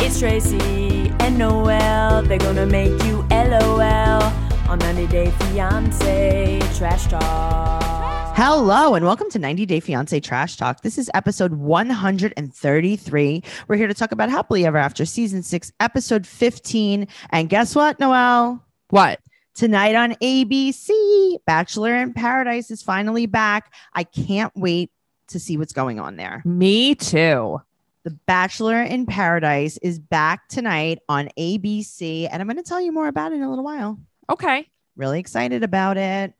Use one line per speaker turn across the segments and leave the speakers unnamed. It's Tracy and Noel. They're gonna make you LOL on 90 Day Fiance Trash Talk.
Hello and welcome to 90 Day Fiance Trash Talk. This is episode 133. We're here to talk about Happily Ever After season 6, episode 15. And guess what, Noelle?
What?
Tonight on ABC, Bachelor in Paradise is finally back. I can't wait to see what's going on there.
Me too.
The Bachelor in Paradise is back tonight on ABC, and I'm going to tell you more about it in a little while.
Okay.
Really excited about it.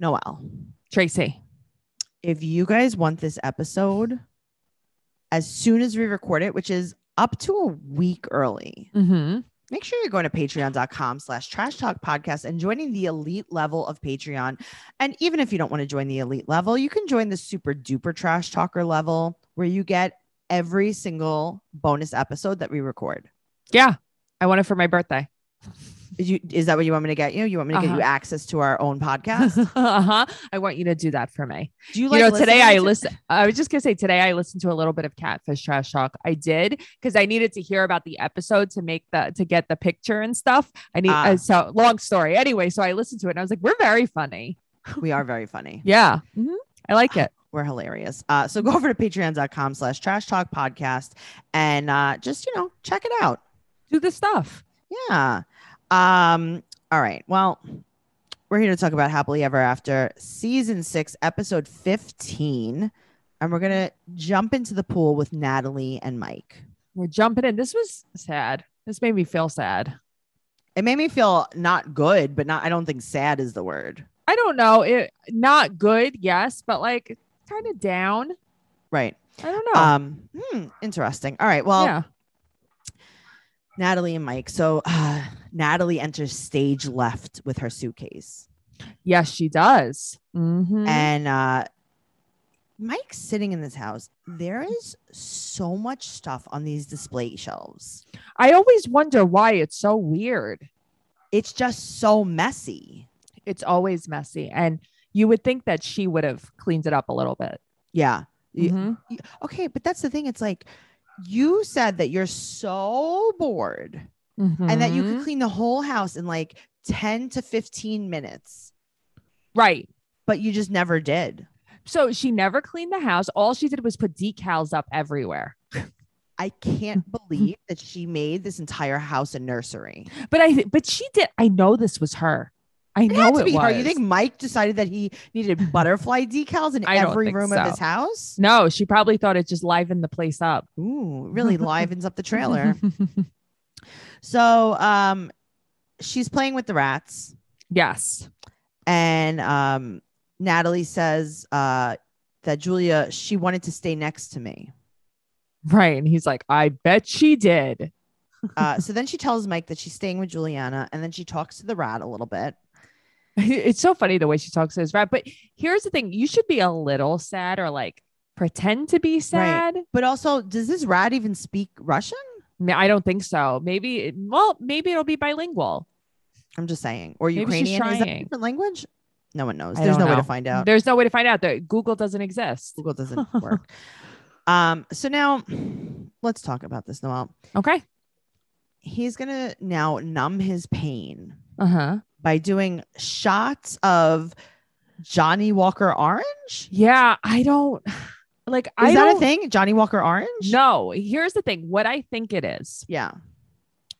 Noelle,
Tracy.
if you guys want this episode as soon as we record it, which is up to a week early,
Mm-hmm.
make sure you're going to patreon.com slash trash talk podcast and joining the elite level of Patreon. And even if you don't want to join the elite level, you can join the super duper trash talker level where you get every single bonus episode that we record.
Yeah. I want it for my birthday.
Is, you, is that what you want me to get you? You want me to get
Uh-huh.
you access to our own podcast?
uh-huh. I want you to do that for me.
Do you
You,
like
know, today I
listening to-
listen. I was just gonna say today I listened to a little bit of Catfish Trash Talk. I did because I needed to hear about the episode to make the to get the picture and stuff. I need
Ah.
uh, so long story. Anyway, so I listened to it and I was like, we're very funny.
We are very funny.
Yeah. Mhm. I like it.
we're hilarious. Uh, so go over to patreon.com slash trash talk podcast and uh, just, you know, check it out.
Do the stuff.
Yeah. Um, all right. Well, we're here to talk about Happily Ever After season six, episode 15. And we're going to jump into the pool with Natalie and Mike.
We're jumping in. This was sad. This made me feel sad.
It made me feel not good, but not, I don't think sad is the word.
I don't know. It not good, yes, but like kind of down.
Right.
I don't know.
Um, hmm, interesting. All right. Well,
Oh. yeah.
Natalie and Mike. So uh, Natalie enters stage left with her suitcase.
Yes, she does. Mhm.
and uh Mike's sitting in this house. There is so much stuff on these display shelves.
I always wonder why it's so weird.
It's just so messy.
It's always messy. And you would think that she would have cleaned it up a little bit.
Yeah. Yeah.
Mhm.
Okay, but that's the thing. It's like you said that you're so bored and that you
Mhm.
could clean the whole house in like 10 to 15 minutes,
right.
but you just never did.
So she never cleaned the house. All she did was put decals up everywhere.
I can't believe that she made this entire house a nursery.
But I but she did I know this was her. I
It
know
had to
it
be
was.
her. You think Mike decided that he needed butterfly decals in
I don't
every
think
room of
so.
his house?
no, she probably thought it just livened the place up.
Ooh, really livens up the trailer. so um she's playing with the rats
yes.
and um Natalie says uh that Julia she wanted to stay next to me.
Right. And he's like, I bet she did.
Uh so then she tells Mike that she's staying with Juliana and then she talks to the rat a little bit.
it's so funny the way she talks to his rat. But here's the thing you should be a little sad or like pretend to be sad.
But also does this rat even speak Russian?
Ma- I don't think so. Maybe, it- well, maybe it'll be bilingual.
I'm just saying. Or
Maybe she's
Ukrainian is that a
trying.
different language? No one knows.
I
There's
don't
no way to
know.
find out.
There's no way to find out that Google doesn't exist.
Google doesn't work. um so now let's talk about this Noel.
Okay.
He's going to now numb his pain
Uh huh.
by doing shots of Johnny Walker Orange. Is
Yeah. I don't like, I
that
don't
a thing? Johnny Walker Orange?
No, here's the thing. What I think it is,
Yeah.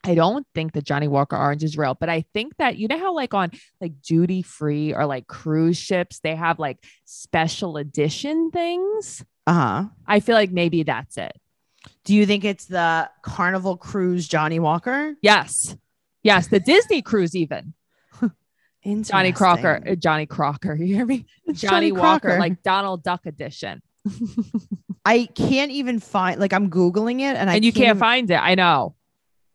I don't think that Johnny Walker Orange is real, but I think that you know how like on like duty free or like cruise ships, they have like special edition things.
Uh huh.
I feel like maybe that's it.
Do you think it's the Carnival Cruise Johnny Walker?
Yes. Yes, the Disney cruise even. Johnny Crocker, uh,
Interesting.
Johnny Crocker, you hear me?
Johnny
Johnny, Walker,
Crocker.
like Donald Duck edition.
I can't even find. Like I'm googling it, and I
and you
can't
can't
even-
find it. I know.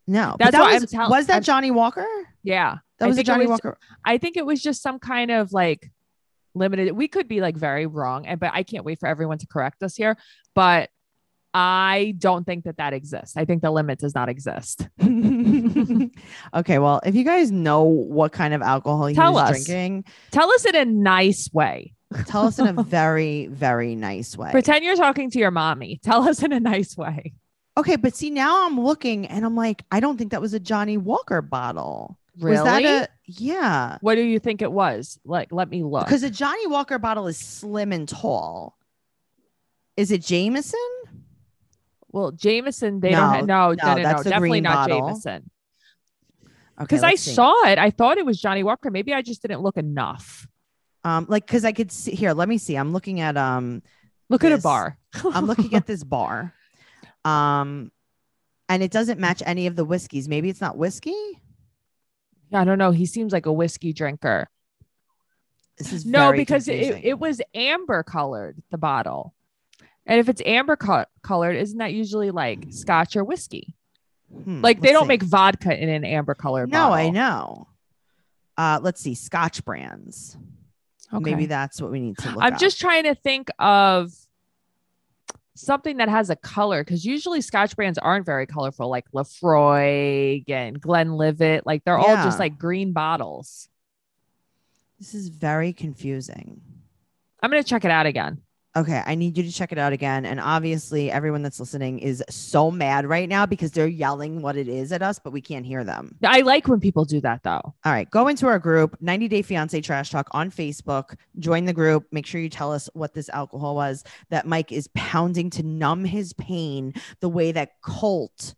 No,
That's
but that
what
was,
I'm tell-
was that
I'm-
Johnny Walker?
Yeah.
That
I
was a
think it
Johnny
was-
Walker.
I think it was just some kind of like limited. We could be like very wrong, and but I can't wait for everyone to correct us here. But I don't think that that exists. I think the limit does not exist.
okay, well, if you guys know what kind of alcohol he
Tell
was
us.
drinking,
Tell us in a nice way.
tell us in a very, very nice way.
Pretend you're talking to your mommy. Tell us in a nice way.
Okay, but see now I'm looking and I'm like, I don't think that was a Johnny Walker bottle.
Really?
Was that a yeah?
what do you think it was? Like, let me look.
Because a Johnny Walker bottle is slim and tall. Is it Jameson?
Well, Jameson, they don't have, no, no, no, no,
that's the
definitely
green
not
bottle.
Jameson.
Okay,
Because I
let's see.
saw it, I thought it was Johnny Walker. Maybe I just didn't look enough.
um like because I could see here. Let me see. I'm looking at um
Look at a
This-
bar.
I'm looking at this bar, um, and it doesn't match any of the whiskeys. Maybe it's not whiskey.
I don't know. He seems like a whiskey drinker.
This is
No,
very
because it,
confusing.
it was amber colored, the bottle. And if it's amber co- colored, isn't that usually like scotch or whiskey?
Hmm,
Like they
let's
don't
see.
make vodka in an amber colored
No,
bottle.
I know. Uh, let's see, Scotch brands. Maybe that's what we need to look.
I'm
up.
just trying to think of something that has a color because usually Scotch brands aren't very colorful, like Lefroy and Glenlivet. Like they're all just
Yeah.
like green bottles.
This is very confusing.
I'm gonna check it out again.
Okay, I need you to check it out again. And obviously, everyone that's listening is so mad right now because they're yelling what it is at us, but we can't hear them.
I like when people do that though.
All right, go into our group, 90 Day Fiance Trash Talk on Facebook. Join the group. Make sure you tell us what this alcohol was that Mike is pounding to numb his pain the way that Colt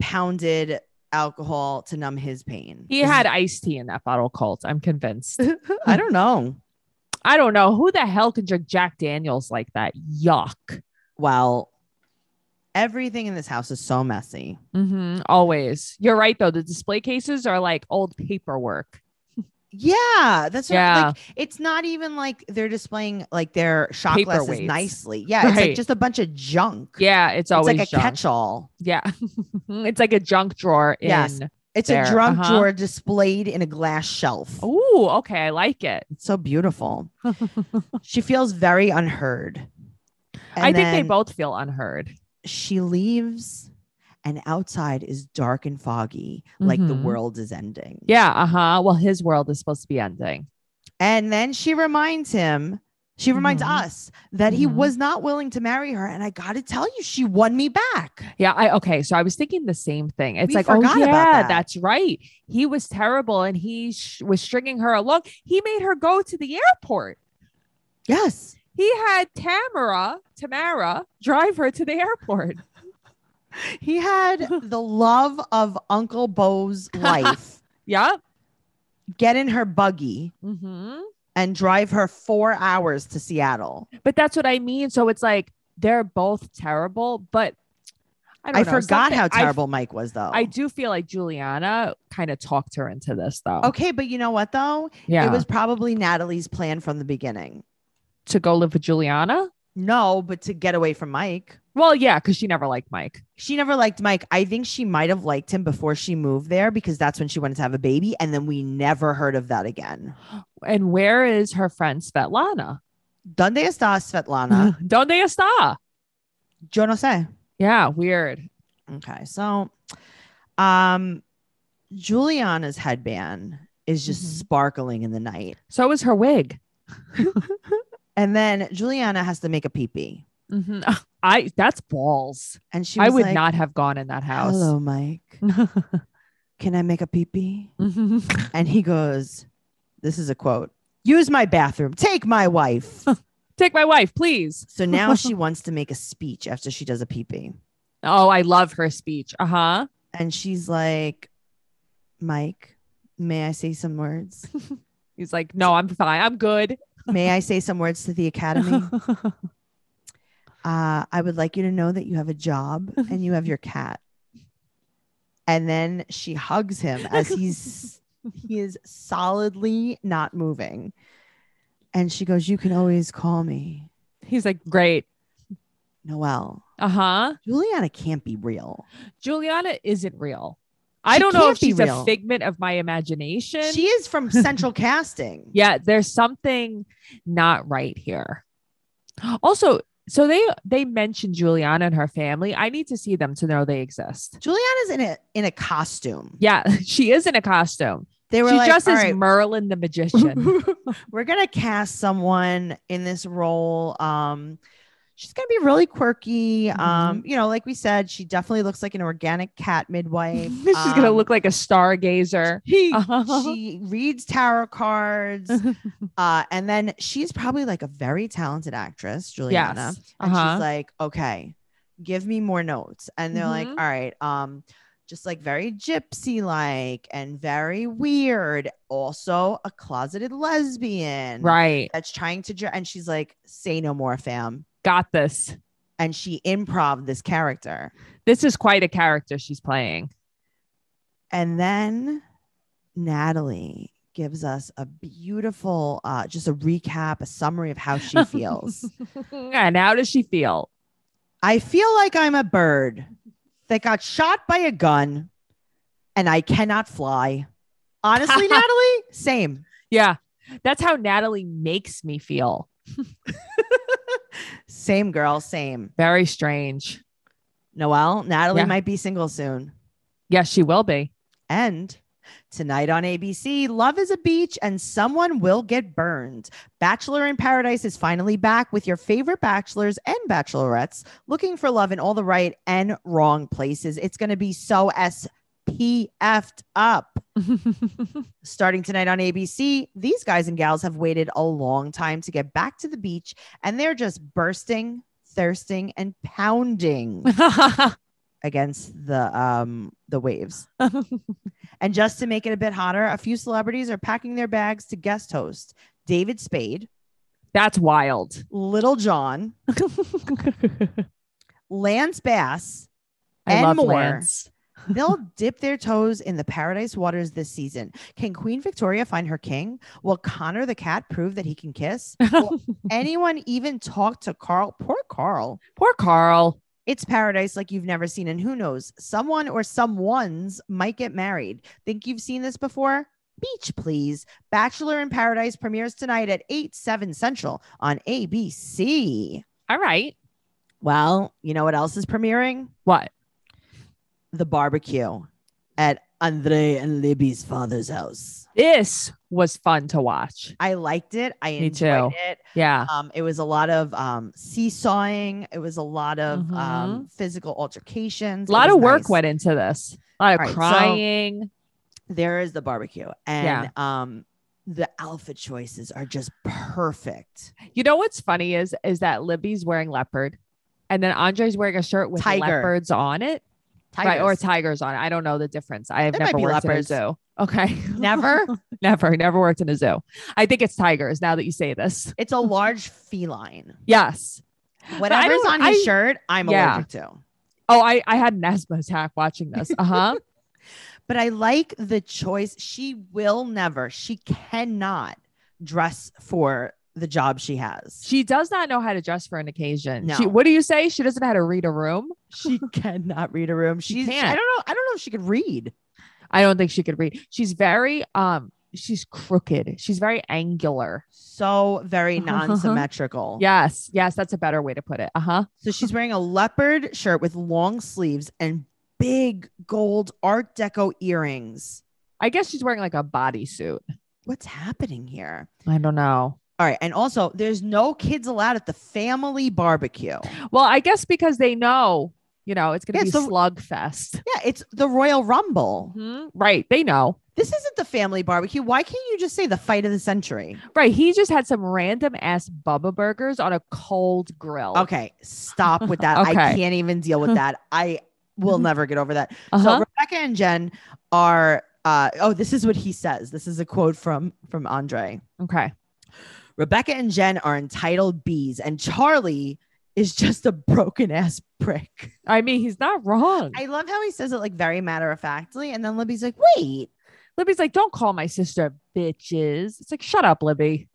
pounded alcohol to numb his pain.
He
This is-
had iced tea in that bottle, Colt. I'm convinced.
I don't know.
I don't know who the hell can drink Jack Daniels like that. Yuck.
Well, everything in this house is so messy.
hmm Always. You're right though. The display cases are like old paperwork.
Yeah, that's what,
Yeah.
like it's not even like they're displaying like their shot glasses
Paperweights.
nicely. Yeah, it's
Right.
like just a bunch of junk.
Yeah, it's
it's
always
like a
junk.
catch-all.
Yeah, it's like a junk drawer. In-
Yes. It's
There,
a drunk
uh-huh. Oh.
drawer displayed in a glass shelf.
Ooh, okay, I like it.
It's so beautiful. she feels very unheard. And
I think they
then
both feel unheard.
She leaves, and outside is dark and foggy, like the
Mhm.
world is ending.
Yeah, uh huh. Well, his world is supposed to be ending.
And then she reminds him, she reminds
Mhm.
us that he
Mhm.
was not willing to marry her. And I got to tell you, she won me back.
Yeah, I okay. So I was thinking the same thing. It's
We
like, oh yeah,
forgot about that.
that's right. He was terrible, and he sh- was stringing her along. He made her go to the airport.
Yes.
He had Tamara, Tamara, drive her to the airport.
He had the love of Uncle Bo's life
Yep.
get in her buggy Mm-hmm.
hmm
and drive her four hours to Seattle.
But that's what I mean. So it's like they're both terrible, but. I,
I,
don't know,
forgot
something-
how
I
terrible Mike was, though.
I do feel like Juliana kind of talked her into this though.
okay, but you know what, though?
Yeah.
It was probably Natalie's plan from the beginning.
to go live with Juliana.
No, but to get away from Mike.
Well, yeah, because she never liked Mike.
she never liked Mike. I think she might have liked him before she moved there because that's when she wanted to have a baby. And then we never heard of that again.
And where is her friend Svetlana?
Donde está Svetlana?
Donde está?
Yo no sé.
Yeah, weird.
Okay. So, um, Juliana's headband is just
Mhm.
sparkling in the night.
So is her wig.
And then Juliana has to make a pee pee.
Mhm. I that's balls.
And Mm-hmm. she was
I would
like,
not have gone in that house.
Hello, Mike. Can I make a pee pee?
Mhm.
And he goes, This is a quote Use my bathroom. Take my wife.
Take my wife, please.
So now she wants to make a speech after she does a pee pee.
Oh, I love her speech. Uh huh.
And she's like, Mike, may I say some words?
He's like, no, I'm fine. I'm good.
May I say some words to the academy? Uh, I would like you to know that you have a job and you have your cat. And then she hugs him as he's he is solidly not moving. And she goes, You can always call me
He's like, great.
Noelle.
Uh huh.
Juliana can't be real.
Juliana isn't real. I
She
don't know
can't
if
be
she's
real.
a figment of my imagination.
She is from Central Casting.
yeah, there's something not right here. Also, so they they mentioned Juliana and her family. I need to see them to know they exist.
Juliana's in a in a costume.
Yeah, she is in a costume.
They were
she
like,
just
"All
is
right,
Merlin the magician.
we're gonna cast someone in this role. Um, she's going to be really quirky.
Mhm.
Um, you know, like we said, she definitely looks like an organic cat midwife.
She's gonna
Um,
look like a stargazer. Uh-huh.
he- she reads tarot cards. uh, and then she's probably like a very talented actress, Juliana.
yes.
And
Uh-huh.
she's like, okay, give me more notes. And they're like, all
Mhm.
right, um, just like very gypsy like and very weird. Also a closeted lesbian.
right.
That's trying to, dr- and she's like, say no more, fam.
Got this.
And she improv this character.
This is quite a character she's playing.
And then Natalie gives us a beautiful, uh, just a recap, a summary of how she feels.
and how does she feel?
I feel like I'm a bird that got shot by a gun and I cannot fly. Honestly, Natalie, same.
Yeah. That's how Natalie makes me feel.
Same girl, same.
Very strange.
Noelle, Natalie
Yeah.
might be single soon.
Yes, she will be.
And tonight on ABC, Love is a Beach and Someone Will Get Burned. Bachelor in Paradise is finally back with your favorite bachelors and bachelorettes looking for love in all the right and wrong places. It's going to be so SPF'd up. Starting tonight on ABC, these guys and gals have waited a long time to get back to the beach and they're just bursting, thirsting, and pounding against the um the waves. And just to make it a bit hotter, a few celebrities are packing their bags to guest host David Spade,
That's wild.
Little John, Lance Bass.
I
And
love
more.
Lance.
They'll dip their toes in the paradise waters this season. Can Queen Victoria find her king? Will Connor the cat prove that he can kiss? Will anyone even talk to Carl? Poor Carl.
Poor Carl.
It's paradise like you've never seen. And who knows? Someone or someone's might get married. Think you've seen this before? Beach, please. Bachelor in Paradise premieres tonight at 8, 7 Central on ABC.
All right.
Well, you know what else is premiering?
What?
The barbecue at Andre and Libby's father's house.
This was fun to watch.
I liked it. I
Me
enjoyed
too.
it.
Yeah.
Um, it was a lot of um, seesawing. It was a lot of um, physical altercations.
Mm-hmm. A
It
lot
was
of work
nice.
went into this. A lot of
All right, so-
crying.
there is the barbecue and um the outfit choices are just perfect
you know what's funny is is that Libby's wearing leopard and then Andre's wearing a shirt with
Tiger.
leopards on it. Right, or tigers on it. I don't know the difference. I have
There might
never
be
worked
leopards.
in a zoo. Okay.
never
never, never worked in a zoo. I think it's tigers now that you say this.
it's a large feline
Yes. But I
whatever's
don't-
on his
I-
shirt i'm
Yeah.
allergic to
Oh, I, I had an asthma attack watching this. Uh-huh.
but i like the choice she will never she cannot dress for the job she has
she does not know how to dress for an occasion.
No.
She, what do you say? She doesn't know how to read a room.
she cannot read a room
She
she's i
can't.
don't know i don't know if she could read
I don't think she could read. She's very um she's crooked. She's very angular.
so very non-symmetrical
Yes. Yes, that's a better way to put it. Uh-huh.
So she's wearing a leopard shirt with long sleeves and big gold Art Deco earrings.
I guess she's wearing like a bodysuit.
What's happening here?
I don't know.
All right. And also, there's no kids allowed at the family barbecue. Yeah,
Well, I guess because they know, you know, it's gonna
Yeah,
be
so- Mm-hmm.
slugfest.
it's the Royal Rumble.
Mhm. Right. They know.
This isn't the family barbecue. Why can't you just say the fight of the century?
Right. He just had some random ass Bubba burgers on a cold grill.
Okay. Stop with that. I
Oh. Okay.
can't even deal with that. I will never get over that. So
Mm-hmm. Uh-huh.
Rebecca and Jen are. Uh, oh, this is what he says. This is a quote from from Andre.
okay.
Rebecca and Jen are entitled bees, and Charlie is just a broken ass prick.
I mean, he's not wrong.
I love how he says it like very matter of factly, and then Libby's like, "Wait,"
Libby's like, don't call my sister bitches. It's like, shut up, Libby.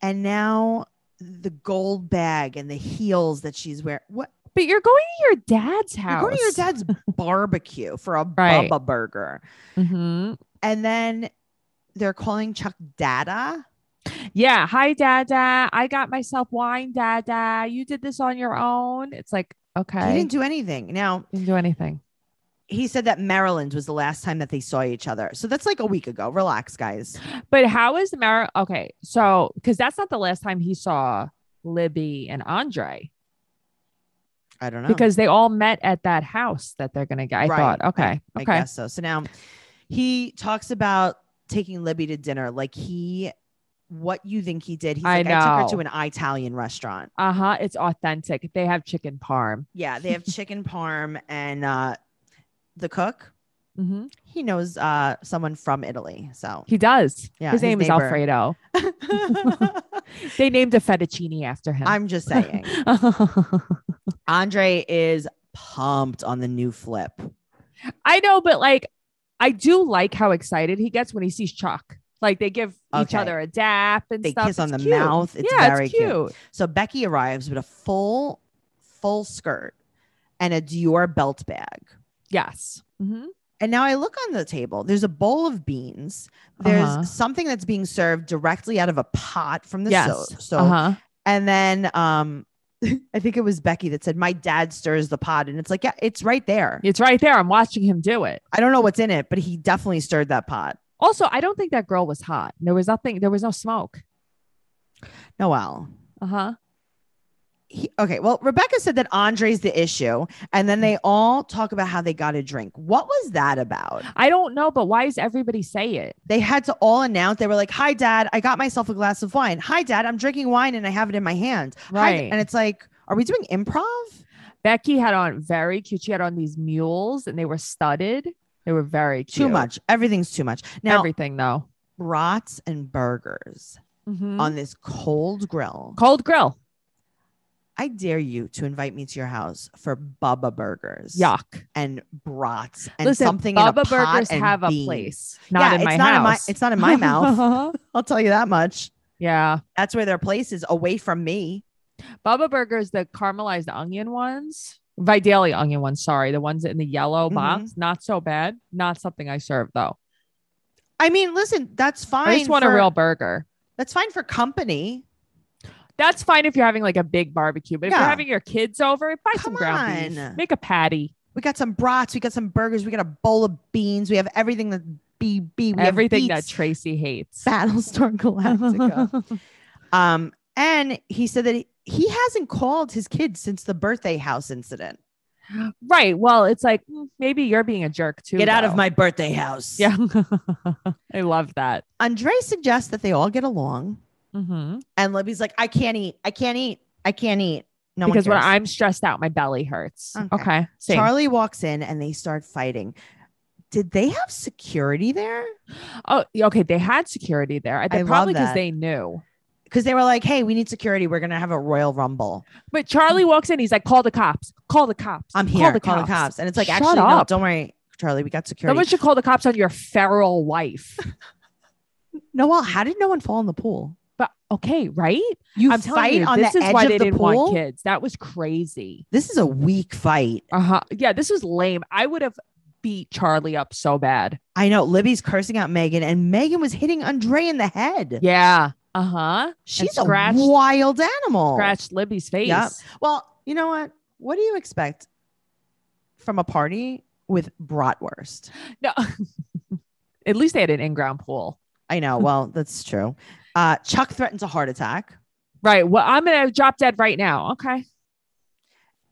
and now the gold bag and the heels that she's wearing. What?
But you're going to your dad's
You're
house.
going to your dad's barbecue for a
Right.
Bubba burger,
Mhm.
and then they're calling Chuck Dada.
Yeah. Hi, Dada. I got myself wine, Dada. You did this on your own. It's like, okay.
He didn't do anything. Now
didn't do anything.
he said that Maryland was the last time that they saw each other, so that's like a week ago. Relax, guys.
But how is the mar? Okay, so because that's not the last time he saw Libby and Andre.
I don't know.
because they all met at that house that they're gonna get. I
Right.
thought, okay,
I
okay,
guess so. So now he talks about taking Libby to dinner. Like he, what you think he did? He's
I
like, I took her
know.
to an Italian restaurant.
uh huh. It's authentic. They have chicken parm.
Yeah, they have chicken parm and uh, the cook.
hmm
He knows uh, someone from Italy. So
He does.
Yeah,
his
his
name is
neighbor.
Alfredo. They named a fettuccine after him.
I'm just saying, Andre is pumped on the new flip.
I know, but like, I do like how excited he gets when he sees Chuck. Like they give each
Okay.
other a dap and
They
stuff.
kiss on
It's
the
cute.
mouth. It's
yeah,
very
it's
cute.
cute.
So Becky arrives with a full, full skirt and a Dior belt bag.
Yes. hmm
And now I look on the table. There's a bowl of beans. There's
Uh-huh.
something that's being served directly out of a pot from the
Yes.
stove. So,
uh-huh.
and then um, I think it was Becky that said, "My dad stirs the pot," and it's like, yeah, it's right there.
It's right there. I'm watching him do it.
I don't know what's in it, but he definitely stirred that pot.
Also, I don't think that girl was hot. There was nothing. There was no smoke.
Noel.
Uh
Uh-huh.
huh.
He, okay, well, Rebecca said that Andre's the issue, and then they all talk about how they got a drink. What was that about?
I don't know, but why does everybody say it?
they had to all announce they were like hi dad i got myself a glass of wine hi dad i'm drinking wine and i have it in my hand Hi,
Right.
and it's like are we doing improv
Becky had on very cute. She had on these mules, and they were studded. They were very
too
cute.
much everything's too much now
Everything though.
brats and burgers
Mhm.
on this cold grill
Cold grill.
i dare you to invite me to your house for bubba burgers
Yuck.
and brats and
Listen,
something in a
Bubba
pot
Burgers
and
have a
beans.
place. Not
Yeah,
in my
it's not in my-
house.
it's not in my mouth. i'll tell you that much
yeah.
that's where their place is away from me
Bubba Burgers, the caramelized onion ones. Vidalia onion ones, sorry. The ones in the yellow
Mm-hmm.
box. Not so bad. Not something I serve though.
i mean listen that's fine
I just want a
for-
real burger.
that's fine for company
That's fine if you're having like a big barbecue, but if
Yeah.
you're having your kids over, buy some
Come
ground
on.
beef. Make a patty.
We got some brats. We got some burgers. We got a bowl of beans. We have everything that's BB. We have
Everything that
beets,
Tracy hates.
Battlestar Galactica. um, and he said that he, he hasn't called his kids since the birthday house incident.
right. Well, it's like mm, maybe you're being a jerk too. though.
birthday house.
Yeah. I love that.
Andre suggests that they all get along,
hmm
and Libby's like, "I can't eat. I can't eat. I can't eat." No
because
one
when
cares.
I'm stressed out, my belly hurts.
Okay.
Okay. same.
Charlie walks in and they start fighting. Did they have security there?
oh, yeah, okay. They had security there. I
I
think
love
probably because
that.
they knew.
Because they were like, "Hey, we need security. We're gonna have a royal rumble."
But Charlie walks in. He's like, call the cops. Call the cops.
Mm. I'm here. Call the, cops. And it's like,
Shut
actually, no,
up.
don't worry, Charlie. We got security.
Someone should call the cops on your feral wife.
Noel, how did no one fall in the pool?
but okay, right?
You
I'm telling
fight
you,
on
this
the
is
edge
why
of
they
the
didn't
pool.
want kids. That was crazy.
This is a weak fight.
Uh huh. Yeah, this was lame. I would have beat Charlie up so bad.
I know. Libby's cursing out Megan, and Megan was hitting Andre in the head.
Yeah. Uh huh.
She's a
scratched-
wild animal.
Scratched Libby's face.
Yep. Well, you know what? What do you expect from a party with bratwurst?
No. At least they had an in-ground pool.
I know. Well, that's true. Uh, Chuck threatens a heart attack,
Right. Well, I'm gonna drop dead right now. Okay.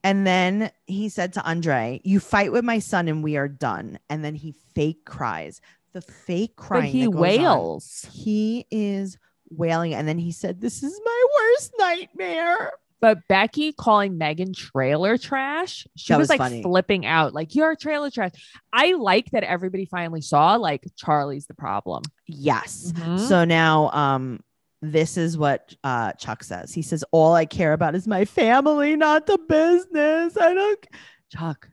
and then he said to Andre, "You fight with my son, and we are done." And then he fake cries. The fake crying.
but he
that goes on.
wails.
He is wailing. And then he said, This is my worst nightmare.
But Becky calling Megan trailer trash, she
That
was,
was
like
funny.
flipping out, like you're trailer trash. I like that everybody finally saw like Charlie's the problem.
Yes.
Mm-hmm.
So now, um, this is what uh, Chuck says. He says, All I care about is my family, not the business. I don't. c-" Chuck,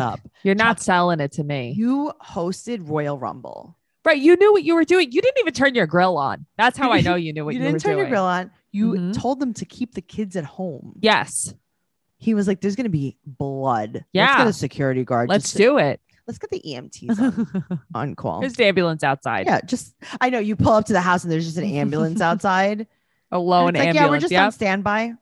Chuck.
up.
You're not selling it to me.
You hosted Royal Rumble.
right. You knew what you were doing. You didn't even turn your grill on. That's how I know you knew what
you
you,
didn't
were
turn
doing.
your grill on. You
Mhm.
told them to keep the kids at home.
Yes.
He was like, There's going to be blood. Let's
Yeah.
get a security guard.
Let's
just to-
do it.
Let's get the EMTs on,
There's
on call.
the ambulance outside.
Yeah, just I know you pull up to the house and there's just an ambulance outside.
A lone
And it's like,
Oh, ambulance.
yeah, we're just
Yep.
on standby.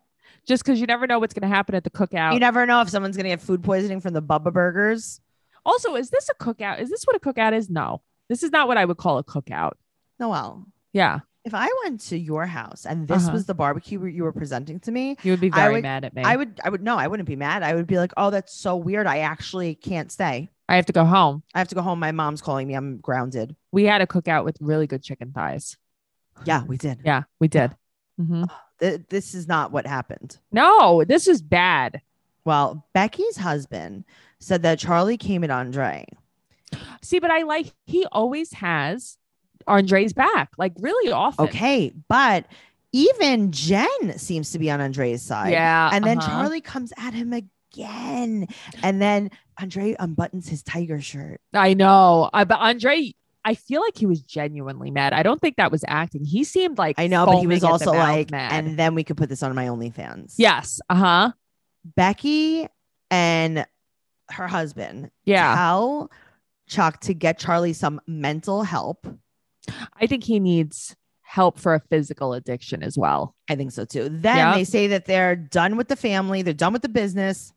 just because you never know what's gonna happen at the cookout.
You never know if someone's gonna get food poisoning from the Bubba Burgers.
Also, is this a cookout? Is this what a cookout is? No, this is not what I would call a cookout.
Noel,
Yeah.
if I went to your house and this
Uh-huh.
was the barbecue you were presenting to me,
You would be
I
very
would-
mad at me.
I would, I would, no, I wouldn't be mad. I would be like, oh, that's so weird. I actually can't stay.
I have to go home.
I have to go home. My mom's calling me. I'm grounded.
We had a cookout with really good chicken thighs.
Yeah, Mm-hmm. we did.
Yeah, we did. Mhm.
Th- this is not what happened.
No, this is bad.
Well, Becky's husband said that Charlie came at Andre.
See, but I like he always has Andre's back, like really often.
Okay, but even Jen seems to be on Andre's side.
Yeah.
And then
uh-huh.
Charlie comes at him again. And then Andre unbuttons his tiger shirt.
I know. I, but Andre, I feel like he was genuinely mad. I don't think that was acting. He seemed like
I know, but he was
foaming at the
also
mouth
like,
mad.
and then we could put this on my OnlyFans.
yes, uh huh,
Becky and her husband
yeah.
tell Chuck to get Charlie some mental help.
I think he needs help for a physical addiction as well.
I think so too. Then
Yeah.
they say that they're done with the family, they're done with the business.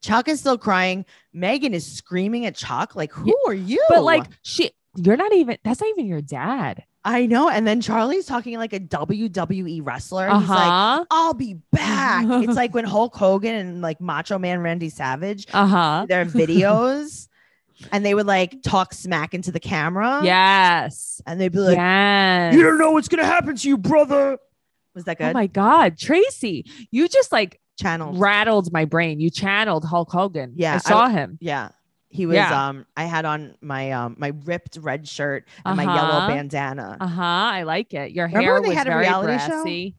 Chuck is still crying. Megan is screaming at Chuck, like, who are you?
But like she, you're not even. That's not even your dad.
I know. And then Charlie's talking like a WWE wrestler.
Uh
He's like,
huh.
I'll be back. it's like when Hulk Hogan and like Macho Man Randy Savage,
Uh huh.
did their videos, and they would like talk smack into the camera.
Yes.
And they'd be like,
yes.
You don't know what's going to happen to you, brother. Was that good?
Oh my God, Tracy, you just like
Channel.
rattled my brain. You channeled Hulk Hogan.
Yeah,
I
I-
saw him.
Yeah. He was
Yeah.
um I had on my um my ripped red shirt and my yellow
Uh-huh.
bandana.
Uh huh. I like it. Your
Remember
hair
when they
was
had a
very
reality show?
brassy.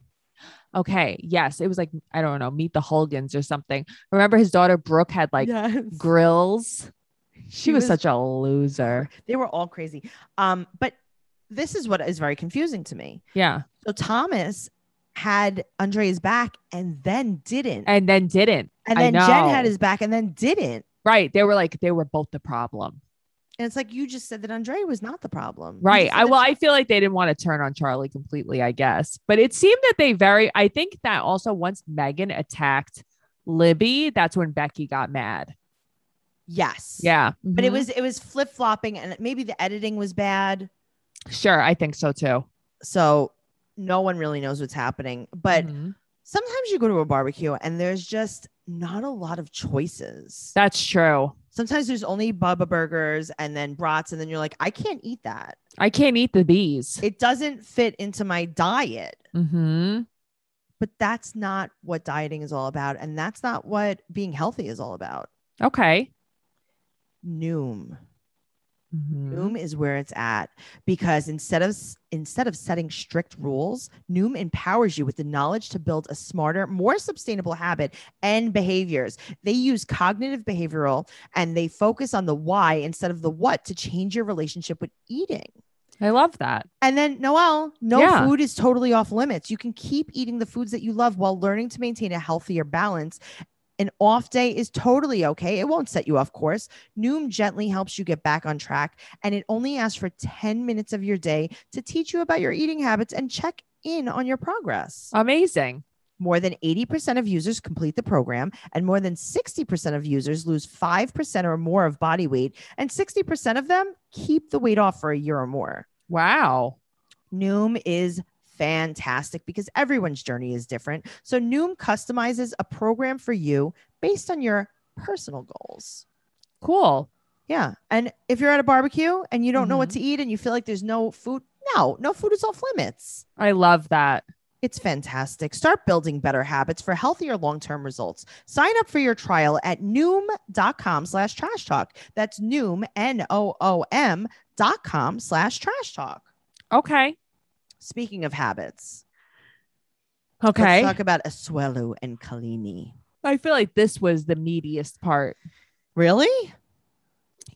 Okay. Yes, it was like I don't know, Meet the Hulgans or something. Remember his daughter Brooke had like grills. She,
She
was,
was-
such a loser.
they were all crazy. Um but this is what is very confusing to me.
Yeah,
So Thomas had Andre's back and then didn't.
and then didn't.
And
I
then Jen had
know.
his back and then didn't.
Right. They were like they were both the problem.
And it's like you just said that Andre was not the problem. You
Right.
just said
I
that
well, I feel like they didn't want to turn on Charlie completely, I guess. But it seemed that they very I think that also once Megan attacked Libby, that's when Becky got mad.
yes.
Yeah.
But it
Mhm.
was it was flip flopping and maybe the editing was bad.
sure, I think so too.
So no one really knows what's happening. But
Mhm.
sometimes you go to a barbecue and there's just not a lot of choices.
that's true.
sometimes there's only Bubba burgers and then brats, and then you're like, I can't eat that.
I can't eat the bees.
It doesn't fit into my diet.
hmm
But that's not what dieting is all about, and that's not what being healthy is all about.
Okay.
Noom.
Mhm.
Noom is where it's at because instead of s- instead of setting strict rules, Noom empowers you with the knowledge to build a smarter, more sustainable habit and behaviors. They use cognitive behavioral and they focus on the why instead of the what to change your relationship with eating.
I love that.
And then Noel, no
Yeah.
food is totally off limits. You can keep eating the foods that you love while learning to maintain a healthier balance. An off day is totally okay. It won't set you off course. Noom gently helps you get back on track, and it only asks for 10 minutes of your day to teach you about your eating habits and check in on your progress.
Amazing.
More than 80% of users complete the program, and more than 60% of users lose 5% or more of body weight, and 60% of them keep the weight off for a year or more.
Wow.
Noom is fantastic because everyone's journey is different. So Noom customizes a program for you based on your personal goals.
Cool.
Yeah. And if you're at a barbecue and you don't know what to eat and you feel like there's no food, no, no food is off limits.
I love that.
It's fantastic. Start building better habits for healthier long-term results. Sign up for your trial at noom.com slash trash talk. That's noom, N-O-O-M dot com slash trash talk.
Okay.
Speaking of habits,
Okay.
Let's talk about Asuelu and Kalini.
I feel like this was the meatiest part.
Really?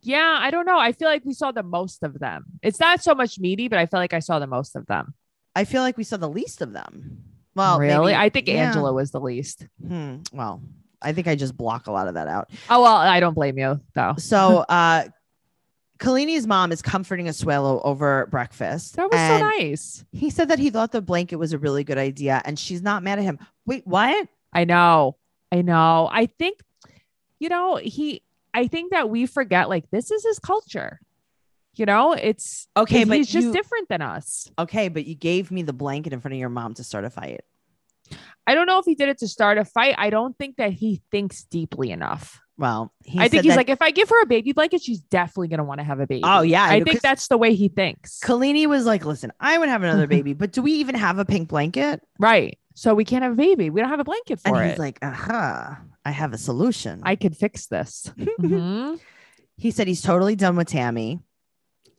Yeah, I don't know. I feel like we saw the most of them. It's not so much meaty, but I feel like I saw the most of them.
I feel like we saw the least of them. Well,
really?
maybe-
I think
yeah.
Angela was the least.
Hmm, well, I think I just block a lot of that out.
Oh well, I don't blame you though.
So, uh, Kalini's mom is comforting Asuelo over breakfast.
That was
and
so nice.
He said that he thought the blanket was a really good idea, and she's not mad at him. Wait, what?
I know. I know. I think, you know, he. I think that we forget like this is his culture. You know, it's
Okay, but
he's just
you-
different than us.
Okay, but you gave me the blanket in front of your mom to start a fight.
I don't know if he did it to start a fight. I don't think that he thinks deeply enough.
Well, he
I
said
think he's
that-
like, if I give her a baby blanket, she's definitely gonna want to have a baby.
oh yeah,
I
know, 'cause
think that's the way he thinks.
Kalini was like, listen, I would have another baby, but do we even have a pink blanket?
Right. So we can't have a baby. We don't have a blanket for
and
it.
he's like, aha, I have a solution.
I could fix this.
Mm-hmm.
Mhm.
he said he's totally done with Tammy.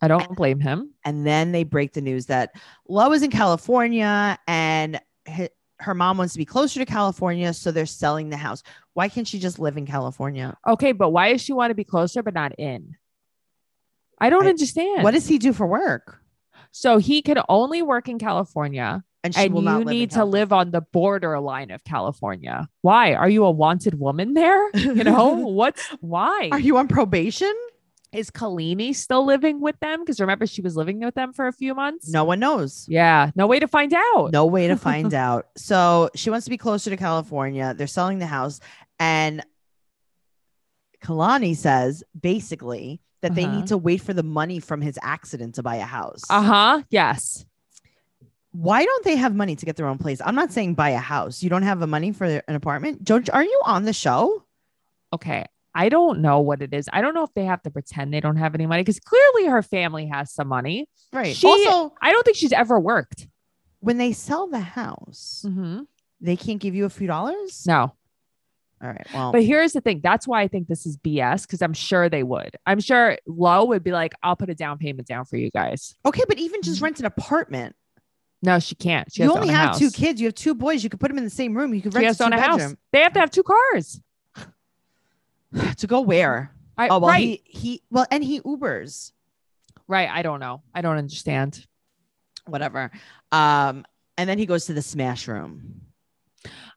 I don't blame him.
And then they break the news that Lo is in California and hi- her mom wants to be closer to California. So they're selling the house. Why can't she just live in California?
Okay, but why does she want to be closer but not in? I don't
I-
understand.
What does he do for work?
so he could only work in California,
And she
and
will not
you
live in
need to
California.
live on the borderline of California. Why are you a wanted woman there? You know what's why
Are you on probation?
is Kalini still living with them? Because remember she was living with them for a few months.
No one knows.
Yeah, no way to find out.
No way to find out. So she wants to be closer to California. They're selling the house. And Kalani says basically that they
Uh-huh.
need to wait for the money from his accident to buy a house.
Uh huh. Yes.
Why don't they have money to get their own place? I'm not saying buy a house. You don't have the money for an apartment. Don't are you on the show?
Okay. I don't know what it is. I don't know if they have to pretend they don't have any money because clearly her family has some money.
Right.
She-
also,
I don't think she's ever worked.
when they sell the house,
Mm-hmm.
they can't give you a few dollars.
No.
All right. Well,
But here's the thing. That's why I think this is BS because I'm sure they would. I'm sure Lowe would be like, I'll put a down payment down for you guys.
okay. But even just rent an apartment.
No, she can't. Mm. She
you
has
only
to own a
have two
house.
kids. You have two boys. You could put them in the same room. You could
She
rent
has
a
to own
two
a house.
bedroom.
They have to have two cars.
to go where?
I,
Oh well,
right.
he he well, and he Ubers,
right. I don't know. I don't understand.
whatever. Um, and then he goes to the smash room.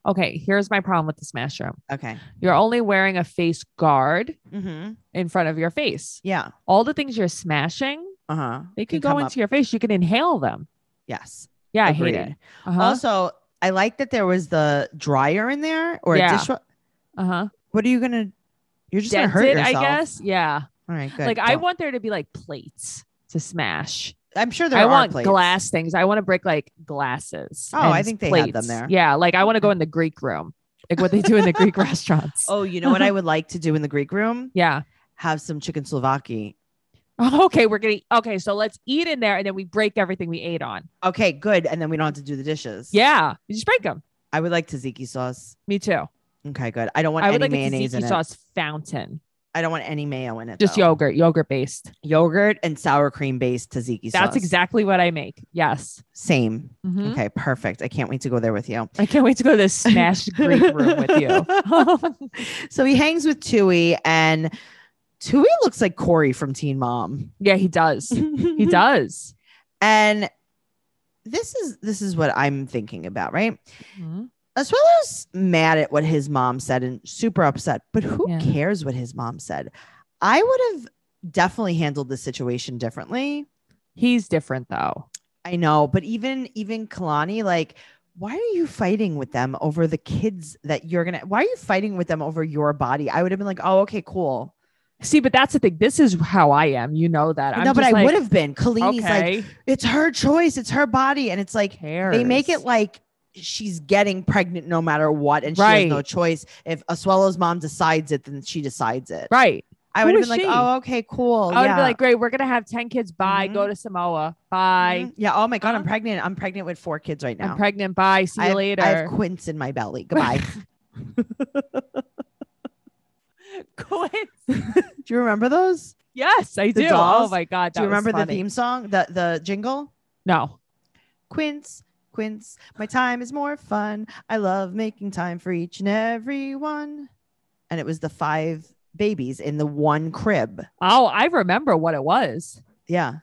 Okay. Here's my problem with the smash room.
Okay.
You're only wearing a face guard
Mm-hmm.
in front of your face.
Yeah.
All the things you're smashing
Uh huh.
They could go into your face. You can inhale them.
Yes.
Yeah, I hate it.
Agreed.
Uh huh.
Also, I like that there was the dryer in there or
Yeah.
a dishwa-
Uh huh.
What are you gonna? You're just gonna hurt
Dented, I
yourself.
guess. Yeah.
All right. Good.
like I
Don't-
want there to be like plates to smash.
I'm sure there
I
are
want
plates.
glass things. I want to break like glasses.
Oh, I
and
think they had them
plates.
there.
Yeah, like I want to go in the Greek room, like what they do in the Greek restaurants.
Oh, you know what I would like to do in the Greek room?
Yeah.
Have some chicken souvlaki.
Okay, we're gonna. Okay, so let's eat in there, and then we break everything we ate on.
Okay, good. And then we don't have to do the dishes.
Yeah, you just break them.
I would like tzatziki sauce.
Me too.
Okay, good. I don't want
I
any
would like a
mayonnaise in
tzatziki
it. Oh.
sauce fountain.
I don't want any mayo in it.
Just
though.
yogurt, yogurt based.
yogurt and sour cream based tzatziki sauce.
That's exactly what I make. Yes.
same.
Mhm.
Okay, perfect. I can't wait to go there with you.
I can't wait to go to this smashed Greek room with you.
so he hangs with Tui, and Tui looks like Corey from Teen Mom.
yeah, he does.
Mm-hmm.
He does.
And this is this is what I'm thinking about, right? Mm-hmm. Asuelo's mad at what his mom said and super upset, but who
Yeah.
cares what his mom said? I would have definitely handled the situation differently.
He's different though.
I know, but even even Kalani, like, why are you fighting with them over the kids that you're gonna? Why are you fighting with them over your body? I would have been like, oh, okay, cool.
See, but that's the thing. This is how I am. You know that. I'm
no, but
just
I
like,
would have been. Kalani's like,
Okay.
it's her choice, it's her body, and it's like
cares?
they make it like she's getting pregnant no matter what, and she has no
Right.
choice. If Asuelo's mom decides it, then she decides it.
right.
I
Who
would have
is
been like,
she?
oh, okay, cool.
I would
yeah.
be like, great. We're gonna have ten kids. Bye.
Mhm.
Go to Samoa. Bye.
Mhm. yeah. Oh my god, I'm
Huh?
pregnant. I'm pregnant with four kids right now.
I'm pregnant. Bye. See
I
you
have-
later.
I have quints in my belly. Goodbye.
Quit.
Do you remember those?
Yes, I
The
do. Oh
dolls?
my god.
Do
that
you
was
remember the
funny.
theme song, the the jingle?
No.
Quince, Quince, my time is more fun. I love making time for each and every one. And it was the five babies in the one crib.
Oh, I remember what it was.
Yeah.